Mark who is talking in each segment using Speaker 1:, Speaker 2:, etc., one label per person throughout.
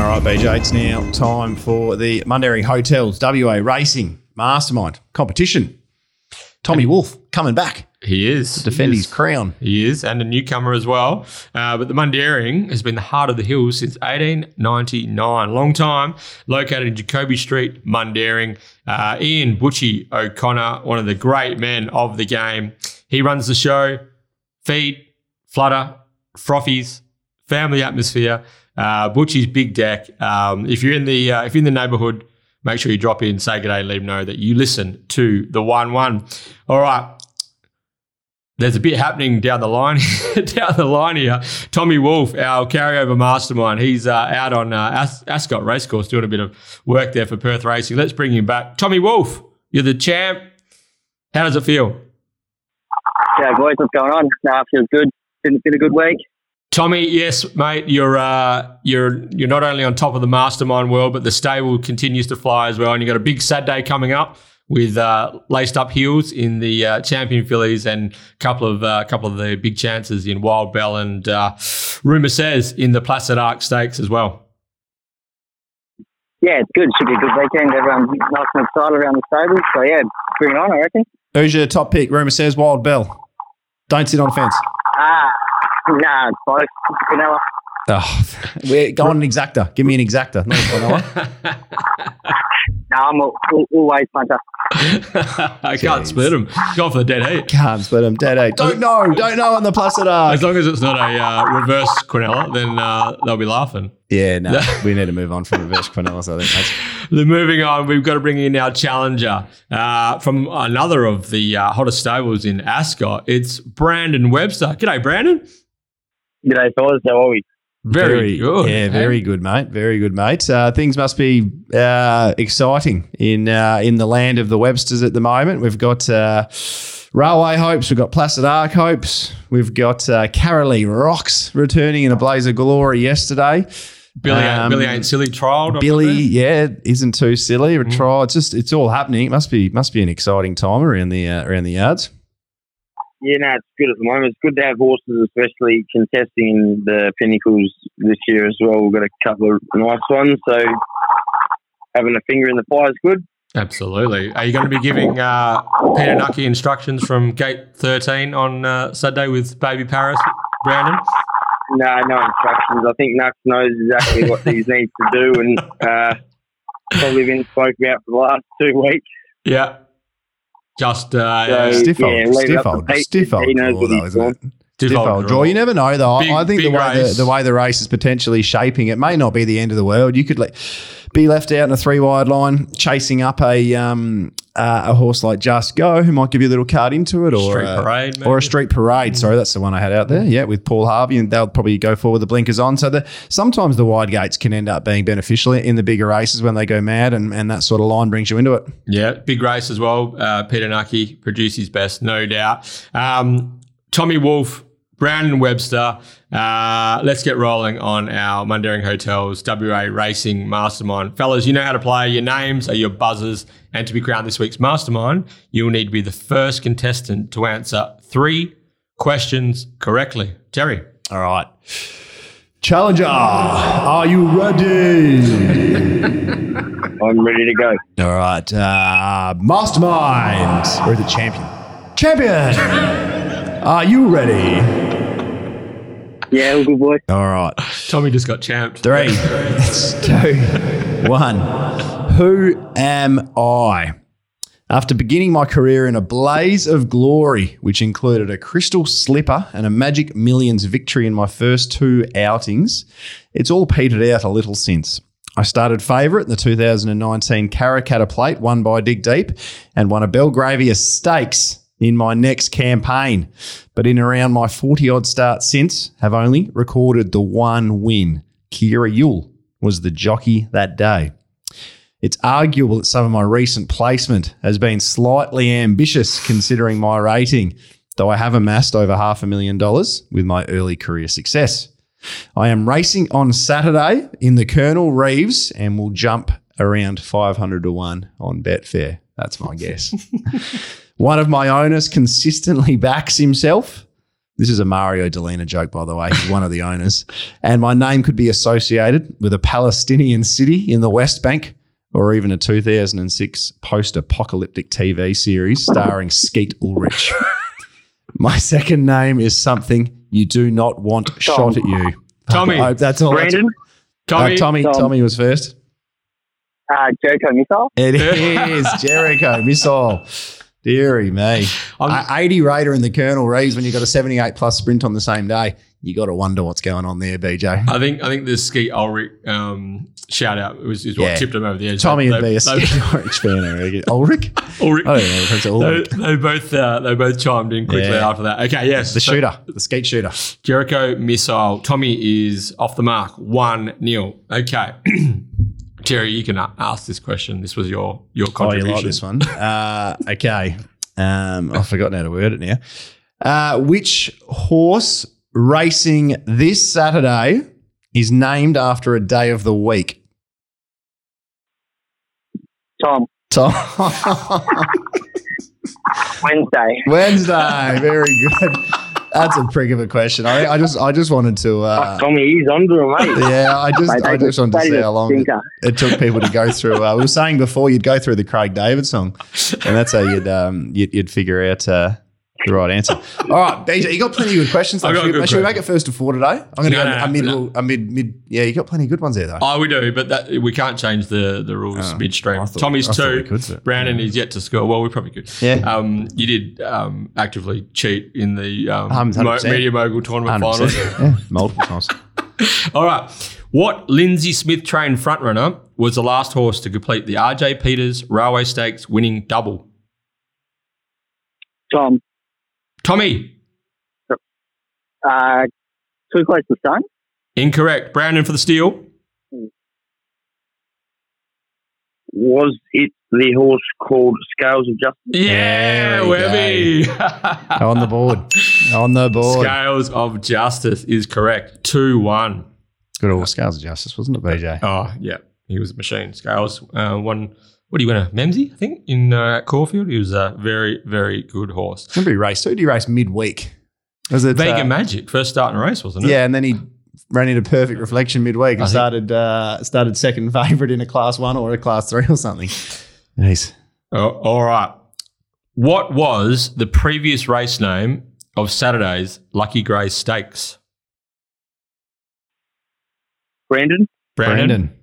Speaker 1: right, BJ, it's now time for the Mundaring Hotels WA Racing Mastermind competition. Tommy Wolf coming back
Speaker 2: He is.
Speaker 1: to defend
Speaker 2: he
Speaker 1: his
Speaker 2: is.
Speaker 1: crown.
Speaker 2: He is, and a newcomer as well. Uh, but the Mundaring has been the heart of the hills since 1899. Long time, located in Jacoby Street, Mundaring. Uh, Ian Butchie O'Connor, one of the great men of the game. He runs the show, feed, flutter, frothies, family atmosphere. Uh, Butchie's big deck. Um, if you're in the uh, if you're in the neighbourhood, make sure you drop in, say good day, and let him know that you listen to the one one. All right, there's a bit happening down the line down the line here. Tommy Wolf, our carryover mastermind, he's uh, out on uh, As- Ascot Racecourse doing a bit of work there for Perth Racing. Let's bring him back. Tommy Wolf, you're the champ. How does it feel?
Speaker 3: Yeah, boys, what's going on? Nah, feels good. Been, been a good week.
Speaker 2: Tommy, yes, mate, you're uh, you're you're not only on top of the mastermind world, but the stable continues to fly as well. And you've got a big Saturday coming up with uh, laced up heels in the uh, champion fillies and a couple of uh, couple of the big chances in Wild Bell and uh, rumor says in the Placid Arc Stakes as well.
Speaker 3: Yeah, it's good. Should be a good weekend. Everyone's nice and excited around the stable. So, yeah, bring it on, I reckon.
Speaker 1: Who's your top pick? Rumour says Wild Bell. Don't sit on a fence.
Speaker 3: Ah, nah, it's both. Vanilla.
Speaker 1: Oh, we're going an exacta. Give me an exacta. No, no, no.
Speaker 3: Nah, I'm a, al- always punter.
Speaker 2: I can't
Speaker 1: Jeez.
Speaker 2: split them. Gone for the dead heat.
Speaker 1: Can't split him. Dead eight. Don't know. Don't know on the plus at
Speaker 2: As long as it's not a uh, reverse Quinella, then uh, they'll be laughing.
Speaker 1: Yeah, no. we need to move on from reverse Quinellas, I think. That's-
Speaker 2: Then moving on, we've got to bring in our challenger uh, from another of the uh, hottest stables in Ascot. It's Brandon Webster. G'day, Brandon.
Speaker 3: G'day, fellas. How are we?
Speaker 2: Very, good.
Speaker 1: Yeah,
Speaker 2: eh?
Speaker 1: very good, mate. Very good, mate. Uh, things must be uh, exciting in uh, in the land of the Websters at the moment. We've got uh, Railway Hopes, we've got Placid Arc Hopes, we've got uh, Carolee Rocks returning in a blaze of glory yesterday.
Speaker 2: Billy, ain't-
Speaker 1: Um,
Speaker 2: Billy ain't silly trial. Dr.
Speaker 1: Billy,
Speaker 2: Brandon.
Speaker 1: yeah, isn't too silly.
Speaker 2: Mm-hmm.
Speaker 1: A trial. It's just it's all happening. It must be must be an exciting time around the uh, around the yards.
Speaker 4: Yeah, no, it's good at the moment. It's good to have horses, especially contesting in the Pinnacles this year as well. We've got a couple of nice ones, so having a finger in the pie is good.
Speaker 2: Absolutely. Are you going to be giving uh, Peter Nucky instructions from gate 13 on uh, Saturday with Baby Paris, Brandon?
Speaker 4: No, no instructions. I think Nux knows exactly what these needs to do, and uh, probably been spoke about for the last two weeks.
Speaker 2: Yeah. Just uh,
Speaker 4: So,
Speaker 2: yeah,
Speaker 1: Stiff
Speaker 4: yeah,
Speaker 1: old,
Speaker 4: leave it
Speaker 1: stiff
Speaker 4: up to
Speaker 1: old,
Speaker 4: Pete.
Speaker 1: stiff old
Speaker 4: He knows
Speaker 1: draw,
Speaker 4: what he's
Speaker 1: though, isn't
Speaker 4: doing.
Speaker 1: it? Stiff old draw. You never know, though.
Speaker 2: Big-
Speaker 1: I think the
Speaker 2: big
Speaker 1: way the,
Speaker 2: race.
Speaker 1: the way the race is potentially shaping, it may not be the end of the world. You could le- be left out in a three wide line, chasing up a um, uh, a horse like Just Go, who might give you a little card into it, or
Speaker 2: Street
Speaker 1: a,
Speaker 2: parade,
Speaker 1: or a
Speaker 2: maybe.
Speaker 1: street parade. Sorry, that's the one I had out there. Yeah, with Paul Harvey, and they'll probably go for with the blinkers on. So the, sometimes the wide gates can end up being beneficial in the bigger races when they go mad, and, and that sort of line brings you into it.
Speaker 2: Yeah, big race as well. Uh, Peter Nucky produced his best, no doubt. Um, Tommy Wolf, Brandon Webster. Uh, let's get rolling on our Mundaring Hotels WA Racing Mastermind. Fellas, you know how to play. Your names are your buzzers. And to be crowned this week's Mastermind, you will need to be the first contestant to answer three questions correctly. Terry.
Speaker 1: All right. Challenger, are you ready?
Speaker 4: I'm ready to go.
Speaker 1: All right, uh, Mastermind or the champion? Champion, are you ready?
Speaker 3: Yeah, all good, boys.
Speaker 1: All right,
Speaker 2: Tommy just got champed. Uh,
Speaker 1: three, two, one. Who am I? After beginning my career in a blaze of glory, which included a crystal slipper and a Magic Millions victory in my first two outings, it's all petered out a little since. I started favourite in the 2019 Caracatta Plate, won by Dig Deep, and won a Belgravia Stakes in my next campaign. But in around my 40 odd start since, have only recorded the one win. Kira Yule was the jockey that day. It's arguable that some of my recent placement has been slightly ambitious considering my rating, though I have amassed over half a million dollars with my early career success. I am racing on Saturday in the Colonel Reeves and will jump around 500 to 1 on Betfair. That's my guess. One of my owners consistently backs himself. This is a Mario Delina joke, by the way. He's one of the owners. And my name could be associated with a Palestinian city in the West Bank or even a 2006 post apocalyptic TV series starring Skeet Ulrich. my second name is something you do not want shot at you.
Speaker 2: Tommy.
Speaker 1: I hope that's all. that's-
Speaker 4: Brandon,
Speaker 1: Uh,
Speaker 2: Tommy,
Speaker 1: Tommy,
Speaker 3: Tom.
Speaker 1: Tommy was first.
Speaker 3: Uh, Jericho Missile.
Speaker 1: It is Jericho missile. Deary me.
Speaker 2: I'm-
Speaker 1: A- 80 Raider and the Colonel Reeves, when you've got a 78 plus sprint on the same day, you got to wonder what's going on there, BJ.
Speaker 2: I think I think the Skeet Ulrich um, shout out was is what
Speaker 1: Yeah.
Speaker 2: tipped him over the edge.
Speaker 1: Tommy
Speaker 2: They-
Speaker 1: would be a
Speaker 2: they- they-
Speaker 1: Skeet Ulrich fan, I reckon. Ulrich?
Speaker 2: Ulrich.
Speaker 1: I don't know if it's
Speaker 2: They,
Speaker 1: Ulrich.
Speaker 2: they both uh, they both chimed in quickly
Speaker 1: Yeah.
Speaker 2: after that. Okay, yes,
Speaker 1: The
Speaker 2: so
Speaker 1: shooter, the skate shooter.
Speaker 2: Jericho missile. Tommy is off the mark. One nil. Okay, Jerry, you can a- ask this question. This was your your
Speaker 1: Oh, you
Speaker 2: contribution.
Speaker 1: like this one? Uh, okay. Um, I've forgotten how to word it now. Uh, which horse racing this Saturday is named after a day of the week?
Speaker 3: Tom.
Speaker 1: Tom.
Speaker 3: Wednesday.
Speaker 1: Wednesday. Very good. That's a prick of a question. I, I just, I just wanted to. Uh,
Speaker 4: Fuck, Tommy, he's onto him, mate.
Speaker 1: yeah, I just,
Speaker 3: Mate,
Speaker 1: I
Speaker 3: they
Speaker 1: just wanted to
Speaker 3: they
Speaker 1: see
Speaker 3: just
Speaker 1: how long it,
Speaker 3: stinker.
Speaker 1: it took people to go through. Uh, we were saying before you'd go through the Craig David song, and that's how you'd, um, you'd, you'd figure out. Uh, the right answer. All right, BJ, you got plenty of good questions. Though.
Speaker 2: I've got
Speaker 1: Should, we,
Speaker 2: good
Speaker 1: should we
Speaker 2: questions.
Speaker 1: make it first to four today? I'm going to
Speaker 2: No,
Speaker 1: go
Speaker 2: no,
Speaker 1: a mid,
Speaker 2: no.
Speaker 1: a mid, mid. Yeah, you got plenty of good ones there though.
Speaker 2: Oh, we do, but that, we can't change the the rules
Speaker 1: Oh,
Speaker 2: midstream.
Speaker 1: I thought-
Speaker 2: Tommy's
Speaker 1: I thought we
Speaker 2: two.
Speaker 1: could, but-
Speaker 2: Brandon is yet to score. Well, we probably could.
Speaker 1: Yeah.
Speaker 2: Um, you did um, actively cheat in the um,
Speaker 1: Um,
Speaker 2: mo-
Speaker 1: 100%.
Speaker 2: media mogul tournament
Speaker 1: 100%.
Speaker 2: finals.
Speaker 1: Yeah, multiple times.
Speaker 2: All right. What Lindsay Smith trained frontrunner was the last horse to complete the RJ Peters Railway Stakes winning double?
Speaker 3: Tom.
Speaker 2: Tommy,
Speaker 3: Uh, too close to sun.
Speaker 2: incorrect. Brandon for the steal.
Speaker 4: Was it the horse called Scales of Justice?
Speaker 2: Yeah,
Speaker 1: There we
Speaker 2: Webby.
Speaker 1: On the board. On the board.
Speaker 2: Scales of Justice is correct. 2 1.
Speaker 1: Good old scales of justice, wasn't it, BJ?
Speaker 2: Oh, yeah. He was a machine. Scales uh, won. What do you win? A Memsey, I think, in uh, Caulfield. He was a very, very good horse.
Speaker 1: Remember he raced? Who did he race midweek? Was it
Speaker 2: Vega
Speaker 1: uh,
Speaker 2: Magic, first start in a race, wasn't it?
Speaker 1: Yeah, and then he ran into perfect reflection midweek and
Speaker 2: I think-
Speaker 1: started uh, started second favourite in a class one or a class three or something. Nice.
Speaker 2: Oh, all right. What was the previous race name of Saturday's Lucky Grey Stakes?
Speaker 4: Brandon?
Speaker 2: Brandon.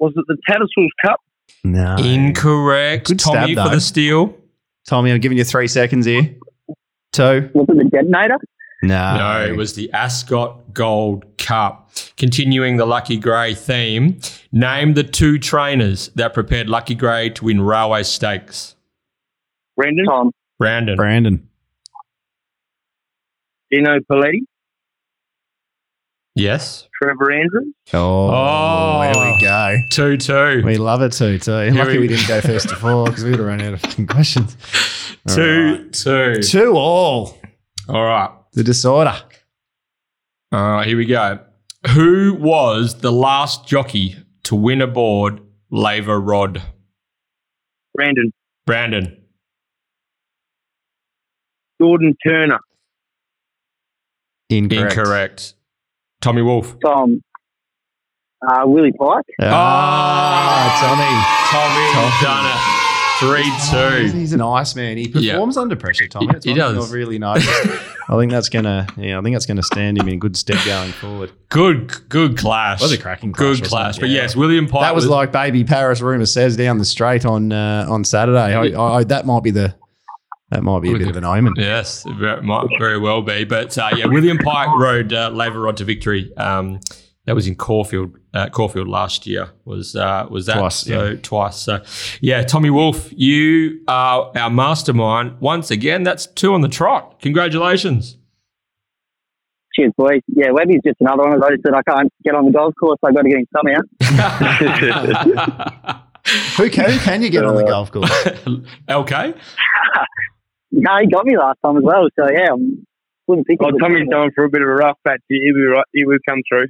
Speaker 4: Was it the Tattersalls Cup?
Speaker 1: No.
Speaker 2: Incorrect.
Speaker 1: Good stab,
Speaker 2: Tommy
Speaker 1: though.
Speaker 2: for the steal.
Speaker 1: Tommy, I'm giving you three seconds here. Two.
Speaker 3: Was it the detonator?
Speaker 1: No.
Speaker 2: no, it was the Ascot Gold Cup. Continuing the Lucky Grey theme, name the two trainers that prepared Lucky Grey to win Railway Stakes.
Speaker 4: Brandon?
Speaker 3: Tom.
Speaker 2: Brandon.
Speaker 1: Brandon.
Speaker 4: Dino Paletti?
Speaker 2: Yes.
Speaker 4: Trevor Andrews?
Speaker 1: Oh,
Speaker 2: Oh.
Speaker 1: there we go.
Speaker 2: 2 2.
Speaker 1: We love it too, too. Lucky
Speaker 2: we-
Speaker 1: we didn't go first to four because we would have run out of fucking questions. All
Speaker 2: 2
Speaker 1: right.
Speaker 2: 2.
Speaker 1: Two all.
Speaker 2: All right.
Speaker 1: The disorder.
Speaker 2: All right, here we go. Who was the last jockey to win aboard Laver Rod?
Speaker 4: Brandon?
Speaker 2: Brandon.
Speaker 4: Jordan Turner?
Speaker 1: Incorrect.
Speaker 2: Incorrect. Tommy Wolf.
Speaker 3: Tom. Uh, Willie Pike.
Speaker 1: Ah,
Speaker 2: Tommy, done
Speaker 1: Tommy.
Speaker 2: it.
Speaker 1: He's,
Speaker 2: 3 2.
Speaker 1: he's an ice man. He performs under pressure, Tommy.
Speaker 2: He-
Speaker 1: That's
Speaker 2: he
Speaker 1: one thing
Speaker 2: does.
Speaker 1: I've really noticed. I think that's gonna. Yeah, I think that's gonna stand him in good stead going forward.
Speaker 2: Good, good clash.
Speaker 1: Was a cracking clash,
Speaker 2: Good
Speaker 1: wasn't
Speaker 2: clash.
Speaker 1: it?
Speaker 2: But
Speaker 1: Yeah.
Speaker 2: yes, William Pike.
Speaker 1: That was like baby Paris rumor says down the straight on uh, on Saturday. I, I, I, that might be the that might be a bit of an omen.
Speaker 2: Yes, it ver- might very well be. But uh, yeah, William Pike rode uh, Laver Rod to victory. Um, that was in Caulfield, uh, Caulfield last year. Was uh, was that
Speaker 1: Twice,
Speaker 2: So twice. So yeah, Tommy Wolf, you are our mastermind once again. That's two on the trot. Congratulations.
Speaker 3: Cheers, boys. Yeah, Webby's just another one of those that I can't get on the golf course. I've got to get him somehow.
Speaker 1: Who can, who can you get
Speaker 2: Uh,
Speaker 1: on the golf course?
Speaker 2: LK.
Speaker 3: No, he got me last time as well. So yeah, I wouldn't think.
Speaker 4: Oh,
Speaker 3: it was-
Speaker 4: Tommy's going for a bit of a rough patch. He will, right, he will come through.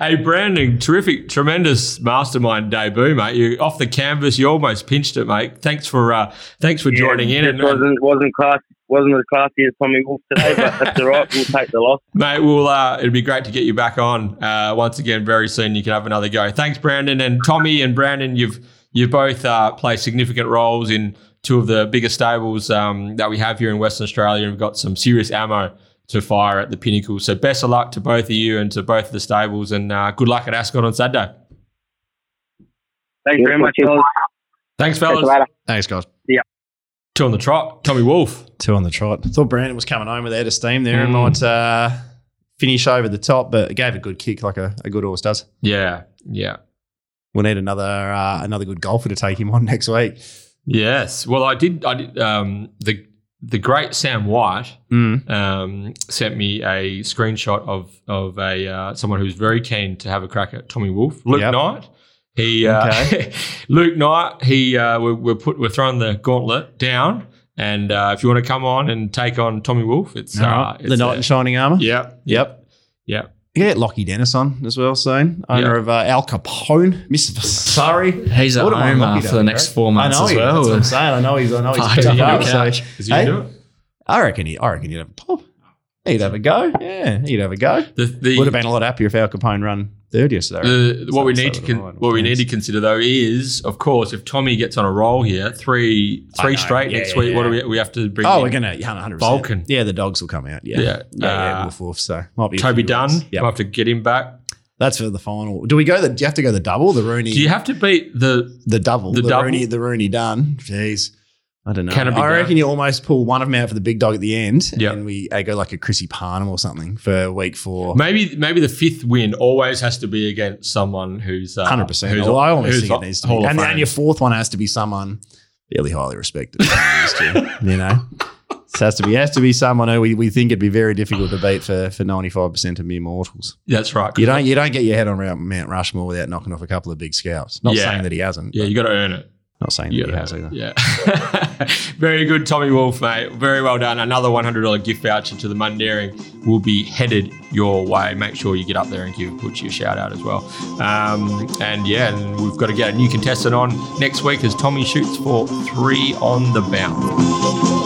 Speaker 2: hey Brandon, terrific, tremendous mastermind debut, mate. You off the canvas, you almost pinched it, mate. Thanks for uh, thanks for joining in.
Speaker 4: Just
Speaker 2: and-
Speaker 4: wasn't, wasn't class wasn't as classy as Tommy Wolf today, but that's all right. We'll take the loss.
Speaker 2: Mate, we'll, uh, it'd be great to get you back on uh, once again very soon. You can have another go. Thanks, Brandon and Tommy and Brandon. You've you both uh, play significant roles in two of the biggest stables um, that we have here in Western Australia. We've got some serious ammo to fire at the pinnacle. So best of luck to both of you and to both of the stables, and uh, good luck at Ascot on Saturday.
Speaker 4: Thanks very much, fellas.
Speaker 2: Thanks,
Speaker 4: Catch you
Speaker 2: fellas.
Speaker 4: later.
Speaker 1: Thanks, guys.
Speaker 2: Two on the trot. Tommy Wolf.
Speaker 1: Two on the trot. Thought Brandon was coming home with out of steam there and
Speaker 2: Mm.
Speaker 1: might uh, finish over the top, but it gave a good kick like a, a good horse does.
Speaker 2: Yeah, yeah.
Speaker 1: We'll need another uh, another good golfer to take him on next week.
Speaker 2: Yes. Well, I did. I did. Um, the the great Sam White
Speaker 1: Mm.
Speaker 2: um, sent me a screenshot of of a uh, someone who's very keen to have a crack at Tommy Wolf, Luke
Speaker 1: Yep.
Speaker 2: Knight. He uh, Luke Knight. He uh, we're, we're put we're throwing the gauntlet down, and uh, if you want to come on and take on Tommy Wolf, it's
Speaker 1: All
Speaker 2: uh,
Speaker 1: right.
Speaker 2: it's
Speaker 1: the knight in shining armour.
Speaker 2: Yeah.
Speaker 1: Yep.
Speaker 2: Yep.
Speaker 1: You get Lockie Dennis on as well soon, owner of uh, Al Capone, Mr. Sorry.
Speaker 5: He's at
Speaker 1: What a
Speaker 5: home
Speaker 1: lucky
Speaker 5: uh,
Speaker 1: day,
Speaker 5: for the next
Speaker 1: right?
Speaker 5: four
Speaker 1: I
Speaker 5: months
Speaker 1: know
Speaker 5: as
Speaker 1: he, That's what
Speaker 5: well.
Speaker 1: I'm saying. I know he's. I know he's.
Speaker 5: Fuck,
Speaker 1: picked
Speaker 5: he
Speaker 1: up,
Speaker 5: knocked
Speaker 1: so-
Speaker 5: out.
Speaker 2: Is he gonna
Speaker 1: Hey?
Speaker 2: do it?
Speaker 1: I reckon he. I reckon he'd have a pop. He'd have a go. Yeah, he'd have a go.
Speaker 2: The, the,
Speaker 1: Would have been a lot happier if Al Capone run third yesterday.
Speaker 2: The,
Speaker 1: So
Speaker 2: what we
Speaker 1: it's
Speaker 2: need to
Speaker 1: over
Speaker 2: con-
Speaker 1: the line,
Speaker 2: what we need
Speaker 1: thanks.
Speaker 2: to consider though is, of course, if Tommy gets on a roll here, three
Speaker 1: I
Speaker 2: three
Speaker 1: know.
Speaker 2: straight
Speaker 1: Yeah,
Speaker 2: next
Speaker 1: yeah,
Speaker 2: week. What do
Speaker 1: yeah.
Speaker 2: we we have to bring?
Speaker 1: oh,
Speaker 2: in
Speaker 1: we're gonna yeah, 100
Speaker 2: Vulcan.
Speaker 1: Yeah, the dogs will come out. Yeah,
Speaker 2: Yeah.
Speaker 1: yeah, yeah
Speaker 2: Uh,
Speaker 1: woof, woof, So might be a
Speaker 2: Toby
Speaker 1: few
Speaker 2: Dunn.
Speaker 1: runs.
Speaker 2: We'll
Speaker 1: Yeah,
Speaker 2: have to get him back.
Speaker 1: that's for the final. Do we go? The do you have to go the double. The Rooney.
Speaker 2: Do you have to beat the?
Speaker 1: the double.
Speaker 2: The
Speaker 1: The,
Speaker 2: double?
Speaker 1: Rooney. The Rooney Dunn. Jeez. I don't know.
Speaker 2: Can it be
Speaker 1: I reckon
Speaker 2: done?
Speaker 1: you almost pull one of them out for the big dog at the end,
Speaker 2: Yeah.
Speaker 1: and we uh, go like a Chrissy Parnham or something for week four.
Speaker 2: Maybe maybe the fifth win always has to be against someone who's uh,
Speaker 1: Hundred percent.
Speaker 2: Who's,
Speaker 1: Well, I almost
Speaker 2: who's
Speaker 1: think it needs to
Speaker 2: Hall
Speaker 1: be,
Speaker 2: of
Speaker 1: and,
Speaker 2: Fame.
Speaker 1: and your fourth one has to be someone fairly highly respected. you know, it has to be has to be someone who we, we think it'd be very difficult to beat for for ninety five percent of mere mortals.
Speaker 2: That's right.
Speaker 1: You don't you don't get your head on round Mount Rushmore without knocking off a couple of big scalps. Not
Speaker 2: Yeah.
Speaker 1: saying that he hasn't.
Speaker 2: Yeah,
Speaker 1: Yeah,
Speaker 2: you got to earn it.
Speaker 1: not saying that
Speaker 2: You
Speaker 1: he
Speaker 2: gotta
Speaker 1: has
Speaker 2: earn
Speaker 1: either.
Speaker 2: it. Yeah. Very good, Tommy Wolf, mate. Very well done. Another $100 gift voucher to the Mundaring will be headed your way. Make sure you get up there and give Butchie a shout out as well. Um, and yeah, and we've got to get a new contestant on next week as Tommy shoots for three on the bounce.